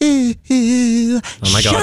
Oh my God.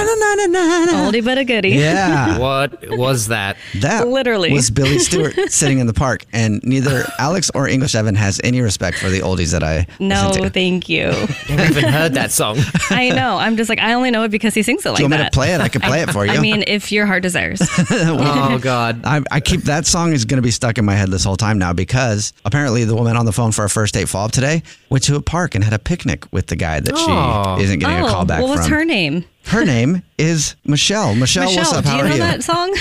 Oldie but a goodie. Ah. Yeah, What was that? that Literally. was Billy Stewart sitting in the park, and neither Alex or English Evan has any respect for the oldies that I No, listen to. thank you. Never even heard that song. I know. I'm just like I only know it because he sings it like Do you want me to that. play it? I can play it for you. I mean, if your heart desires. Oh God. I, I keep that song is going to be stuck in my head this whole time now because apparently the woman on the phone for our first date follow up today went to a park and had a picnic with the guy that Oh. she isn't getting a oh, call back what was from. her name? Her name is Michelle. Michelle, what's Michelle. up? Do How you are know you? that song?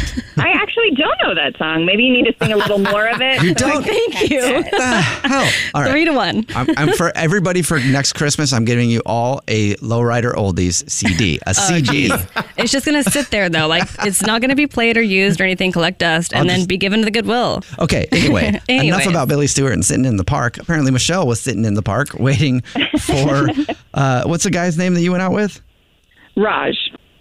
I actually don't know that song. Maybe you need to sing a little more of it. You don't? Thank you. The hell. All right. Three to one. I'm, I'm for everybody for next Christmas. I'm giving you all a Lowrider Oldies CD, Oh, a CD. It's just gonna sit there though. Like it's not gonna be played or used or anything. Collect dust and then be given to the goodwill. Okay. Anyway, enough Anyways. about Billy Stewart and sitting in the park. Apparently, Michelle was sitting in the park waiting for uh, what's the guy's name that you went out with? Raj.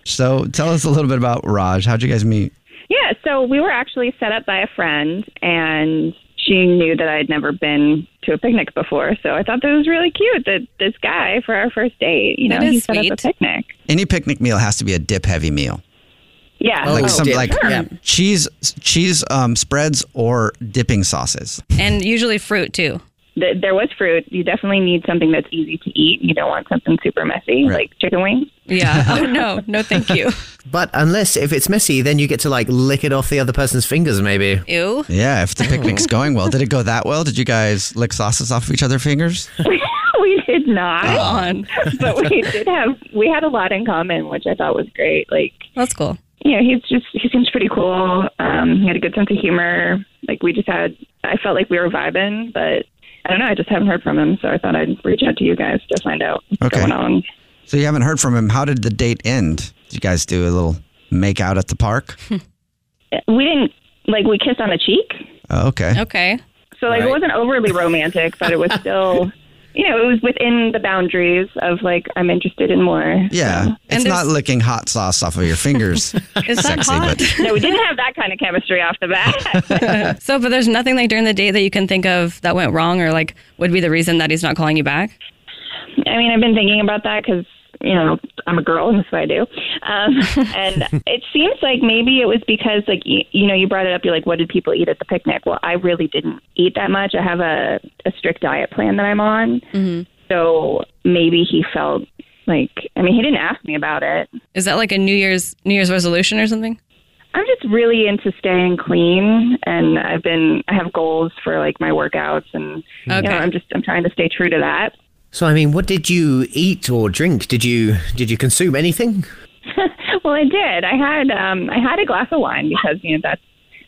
So tell us a little bit about Raj. How'd you guys meet? Yeah, so we were actually set up by a friend, and she knew that I'd never been to a picnic before. So I thought that was really cute that this guy, for our first date, you That know, he is set up sweet. a picnic. Any picnic meal has to be a dip heavy meal. Yeah. Like Oh, some dip. like Yeah. cheese cheese um, spreads or dipping sauces. And usually fruit too. Th- there was fruit. You definitely need something that's easy to eat. You don't want something super messy, Right. like chicken wings. Yeah. Oh no. No, thank you. But unless if it's messy, then you get to like lick it off the other person's fingers, maybe. Ew. Yeah, if the picnic's going well. Did it go that well? Did you guys lick sauces off of each other's fingers? we did not, Come on. but we did have we had a lot in common, which I thought was great. Like That's cool. you know, he's just he seems pretty cool. Um, he had a good sense of humor. Like we just had, I felt like we were vibing, but I don't know. I just haven't heard from him, so I thought I'd reach out to you guys to find out what's Okay. going on. So you haven't heard from him. How did the date end? Did you guys do a little make out at the park? We didn't like we kissed on the cheek, Oh, okay. Okay. so like Right. it wasn't overly romantic, but it was still, you know, it was within the boundaries of like I'm interested in more. Yeah. It's And not there's- licking hot sauce off of your fingers. Is that Sexy, hot? but- No, we didn't have that kind of chemistry off the bat. So, but there's nothing like during the day that you can think of that went wrong or like would be the reason that he's not calling you back? I mean, I've been thinking about that because you know I'm a girl and that's what I do. Um, and it seems like maybe it was because like you, you know you brought it up. You're like, what did people eat at the picnic? Well, I really didn't eat that much. I have a, a strict diet plan that I'm on. So maybe he felt like I mean he didn't ask me about it. Is that like a New Year's New Year's resolution or something? I'm just really into staying clean, and I've been I have goals for like my workouts, and you Okay. know I'm just I'm trying to stay true to that. So I mean, what did you eat or drink? Did you did you consume anything? Well, I did. I had um, I had a glass of wine because you know that's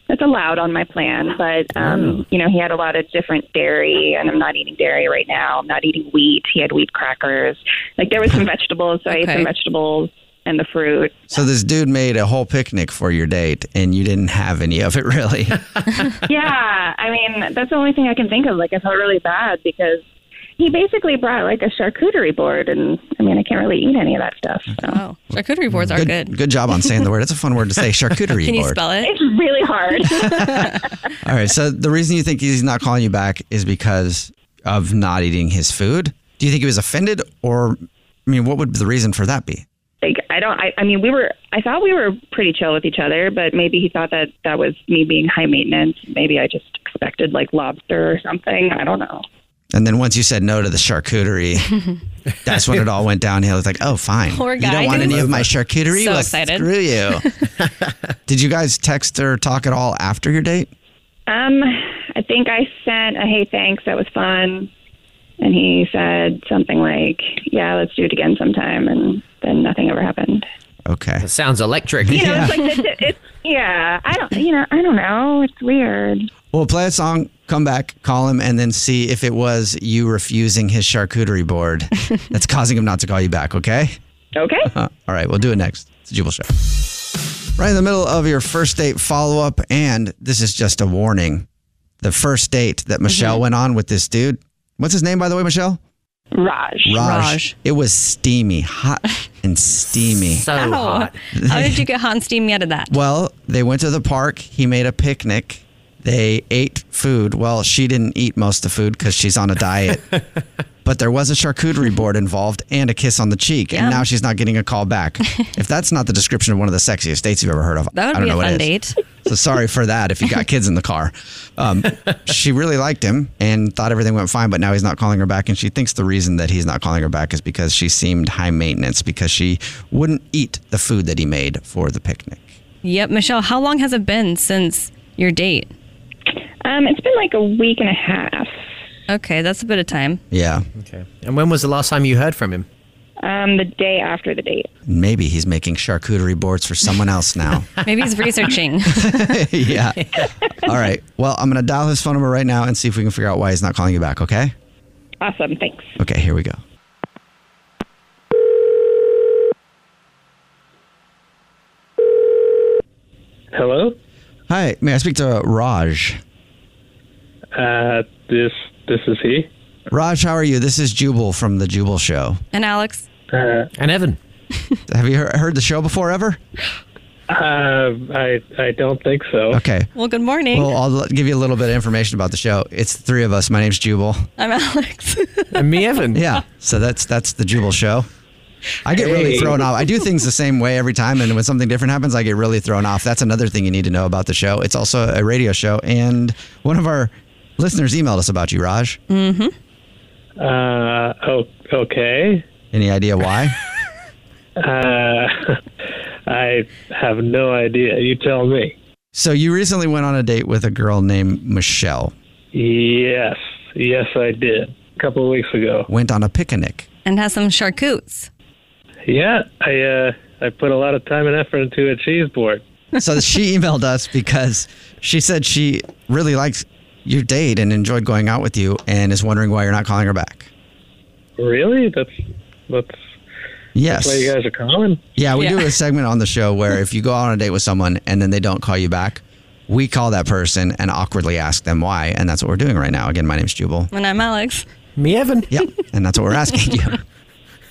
that's allowed on my plan. But um, you know, he had a lot of different dairy, and I'm not eating dairy right now. I'm not eating wheat. He had wheat crackers. Like there was some vegetables, so I ate Okay. some vegetables. and the fruit. So this dude made a whole picnic for your date, and you didn't have any of it, really. yeah, I mean, that's the only thing I can think of. Like, I felt really bad because he basically brought like a charcuterie board, and I mean, I can't really eat any of that stuff. So. Oh, charcuterie boards are good. good job on saying the word. It's a fun word to say. Charcuterie Can you board. spell it? It's really hard. All right. So the reason you think he's not calling you back is because of not eating his food. Do you think he was offended, or I mean, what would the reason for that be? like, I don't. I, I mean, we were. I thought we were pretty chill with each other, but maybe he thought that that was me being high maintenance. Maybe I just expected like lobster or something. I don't know. And then once you said no to the charcuterie, that's when it all went downhill. It's like, oh, fine. Poor You guy. don't want any of my charcuterie? So Well, excited. Screw you. Did you guys text or talk at all after your date? Um, I think I sent a hey thanks. That was fun, and he said something like, "Yeah, let's do it again sometime," and then nothing ever happened. Okay. That sounds electric. You know, it's like the, it's yeah. I don't. You know, I don't know. It's weird. Well, play a song, come back, call him, and then see if it was you refusing his charcuterie board that's causing him not to call you back, okay? Okay. Uh, all right, we'll do it next. It's the Jubal Show. Right in the middle of your first date follow up, and this is just a warning. The first date that Michelle went on with this dude, what's his name, by the way, Michelle? Raj. Raj. It was steamy, hot and steamy. So Oh. hot. How did you get hot and steamy out of that? Well, they went to the park. He made a picnic. They ate food. Well, she didn't eat most of the food because she's on a diet. but there was a charcuterie board involved and a kiss on the cheek. And Yum. now she's not getting a call back. if that's not the description of one of the sexiest dates you've ever heard of, That I would don't be a know what fun it is. date. So sorry for that if you got kids in the car. Um, she really liked him and thought everything went fine, but now he's not calling her back. And she thinks the reason that he's not calling her back is because she seemed high maintenance because she wouldn't eat the food that he made for the picnic. Yep, Michelle. How long has it been since your date? Um, it's been like a week and a half. Okay, that's a bit of time. Yeah. Okay. And when was the last time you heard from him? Um, the day after the date. Maybe he's making charcuterie boards for someone else now. Maybe he's researching. yeah. All right. Well, I'm going to dial his phone number right now and see if we can figure out why he's not calling you back, okay? Awesome. Thanks. Okay, here we go. Hello. Hi, may I speak to Raj? Uh, this this is he. Raj, how are you? This is Jubal from The Jubal Show. and Alex, Uh, And Evan. Have you he- heard the show before ever? uh, I I don't think so. Okay. well, good morning. Well, I'll l- give you a little bit of information about the show. It's the three of us. My name's Jubal. I'm Alex. And me, Evan. Yeah. So that's that's the Jubal show. I get really Hey. thrown off. I do things the same way every time, and when something different happens, I get really thrown off. That's another thing you need to know about the show. It's also a radio show, and one of our listeners emailed us about you, Raj. Mm. Uh, oh, okay. Any idea why? Uh, I have no idea. You tell me. so you recently went on a date with a girl named Michelle. Yes, yes, I did. A couple of weeks ago. Went on a picnic. and has some charcutes. Yeah, I uh, I put a lot of time and effort into a cheese board. So she emailed us because she said she really liked your date and enjoyed going out with you, and is wondering why you're not calling her back. Really? That's that's Yes. why you guys are calling. Yeah, we Yeah. do a segment on the show where if you go out on a date with someone and then they don't call you back, we call that person and awkwardly ask them why. And that's what we're doing right now. Again, my name's Jubal. And I'm Alex. Me, Evan. Yeah. And that's what we're asking you.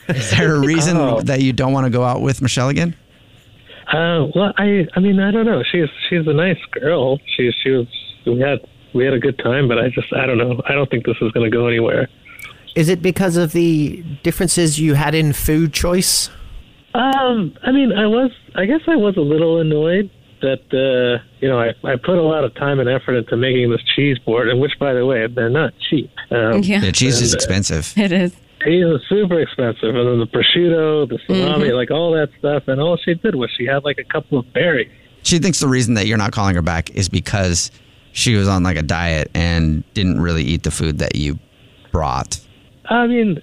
Is there a reason Oh. that you don't want to go out with Michelle again? Uh, well, I I mean I don't know. She's she's a nice girl. She she was we had we had a good time, but I just I don't know. I don't think this is going to go anywhere. Is it because of the differences you had in food choice? Um, I mean, I was I guess I was a little annoyed that uh, you know I I put a lot of time and effort into making this cheese board, and which by the way they're not cheap. Um, Yeah, The cheese is expensive. it is. Cheese is super expensive, and then the prosciutto, the salami, like all that stuff, and all she did was she had like a couple of berries. She thinks the reason that you're not calling her back is because she was on like a diet and didn't really eat the food that you brought. I mean,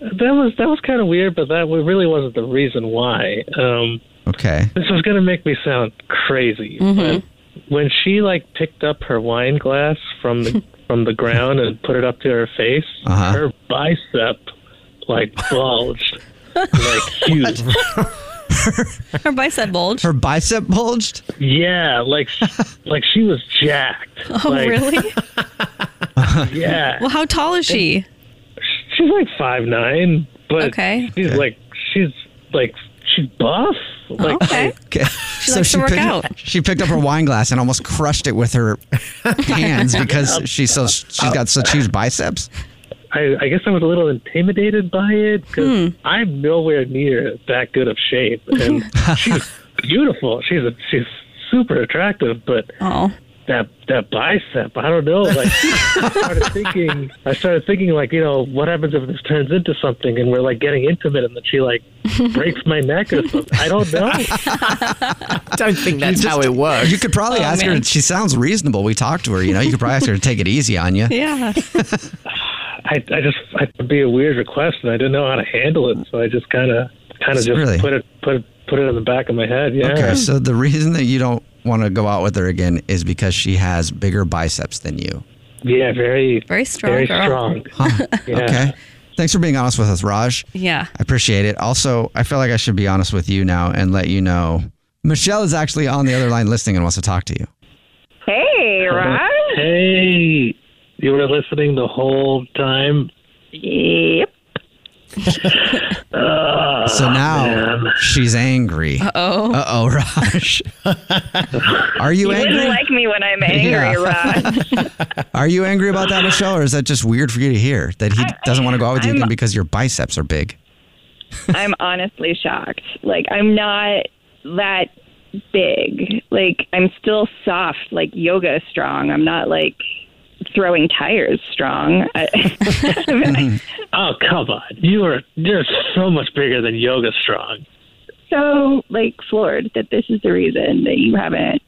that was that was kind of weird, but that really wasn't the reason why. Um, Okay. this is gonna make me sound crazy. Mm-hmm. but When she like picked up her wine glass from the from the ground and put it up to her face, Uh-huh. her bicep like bulged like huge. Her bicep bulge. Her bicep bulged. Yeah, like like she was jacked. Oh, Like, really? Yeah, Well, how tall is she? she's like five nine, but Okay. she's like she's like she's buff. Like, Okay. Okay. She likes to work picked, out. She picked up her wine glass and almost crushed it with her hands because she's so she's got such huge biceps. I, I guess I was a little intimidated by it because Hmm. I'm nowhere near that good of shape, and she's beautiful. She's a, she's super attractive, but Oh. that that bicep. I don't know. Like I started thinking, I started thinking like you know what happens if this turns into something and we're like getting intimate and then she like breaks my neck or something. I don't know. I don't think that's how it works. You could probably Oh, ask her. man. She sounds reasonable. We talked to her. You know, you could probably ask her to take it easy on you. Yeah. I I just I, it'd be a weird request and I didn't know how to handle it, so I just kind of kind of just Really? put it put it put it in the back of my head. Yeah. Okay. So the reason that you don't want to go out with her again is because she has bigger biceps than you. Yeah. Very Very strong Very girl. strong. Huh. Yeah. Okay. Thanks for being honest with us, Raj. Yeah. I appreciate it. Also, I feel like I should be honest with you now and let you know Michelle is actually on the other line listening and wants to talk to you. Hey, Raj. Hey, you were listening the whole time. Yep. Ah, So now she's angry. Uh oh. Uh oh, Raj. Are you You angry? wouldn't like me when I'm angry, Yeah. Raj. Are you angry about that, Michelle, or is that just weird for you to hear that he doesn't want to go out with you I'm- again because your biceps are big? I'm honestly shocked. Like, I'm not that big. Like, I'm still soft, like yoga strong. I'm not like throwing tires strong. I, Oh come on, you are you're so much bigger than Yoga Strong. so like floored that this is the reason that you haven't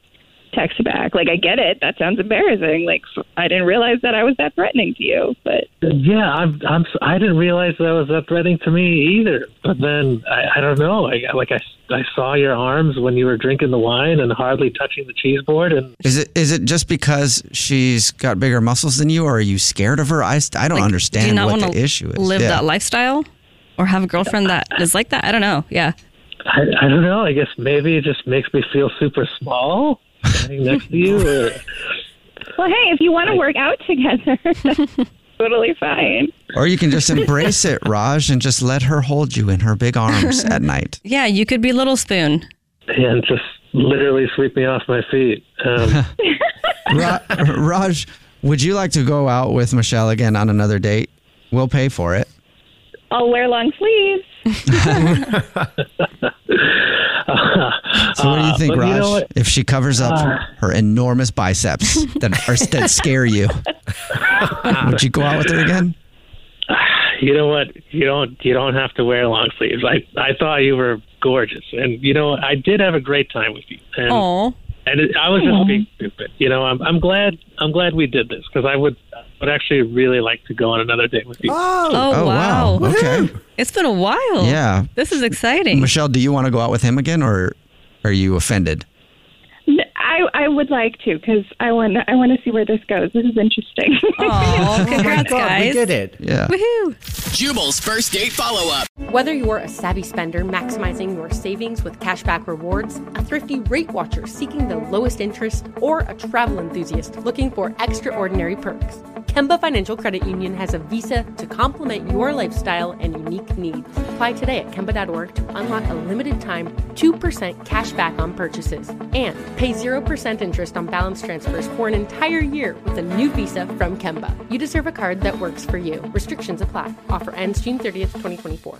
texted back. Like I get it. That sounds embarrassing. Like f- I didn't realize that I was that threatening to you. But Yeah, I'm. I'm. I didn't realize that was that threatening to me either. But then I, I don't know. I, like I, I saw your arms when you were drinking the wine and hardly touching the cheese board. And Is it is it just because she's got bigger muscles than you, or are you scared of her? I, st- I don't Like, understand Do you not what want the to issue is. live Yeah. that lifestyle or have a girlfriend that is like that? I don't know. Yeah. I, I don't know. I guess maybe it just makes me feel super small standing next to you. Or, well, hey, if you want to work out together, that's totally fine. Or you can just embrace it, Raj, and just let her hold you in her big arms at night. Yeah. You could be Little Spoon. and just literally sweep me off my feet. Um, Ra- Raj, would you like to go out with Michelle again on another date? We'll pay for it. I'll wear long sleeves. So what do you think, Uh, but you Raj? know what? Uh, if she covers up her enormous biceps that are that scare you, would you go out with her again? you know what? You don't. You don't have to wear long sleeves. I. I thought you were gorgeous, and you know I did have a great time with you. And, Oh. And it, I was just being stupid. You know, I'm, I'm glad I'm glad we did this because I would would actually really like to go on another date with you. Oh, Oh, wow. wow. Okay. It's been a while. Yeah. This is exciting. Michelle, do you want to go out with him again, or are you offended? N- I I would like to because I want I want to see where this goes. This is interesting. Oh, Oh my congrats, God, guys. we did it. Yeah. Woohoo. Jubal's first date follow up. Whether you're a savvy spender maximizing your savings with cashback rewards, a thrifty rate watcher seeking the lowest interest, or a travel enthusiast looking for extraordinary perks, Kemba Financial Credit Union has a visa to complement your lifestyle and unique needs. Apply today at Kemba.org to unlock a limited time 2% cash back on purchases and pay 0% interest on balance transfers for an entire year with a new visa from Kemba. You deserve a card that works for you. Restrictions apply. Offer ends June 30th, 2024.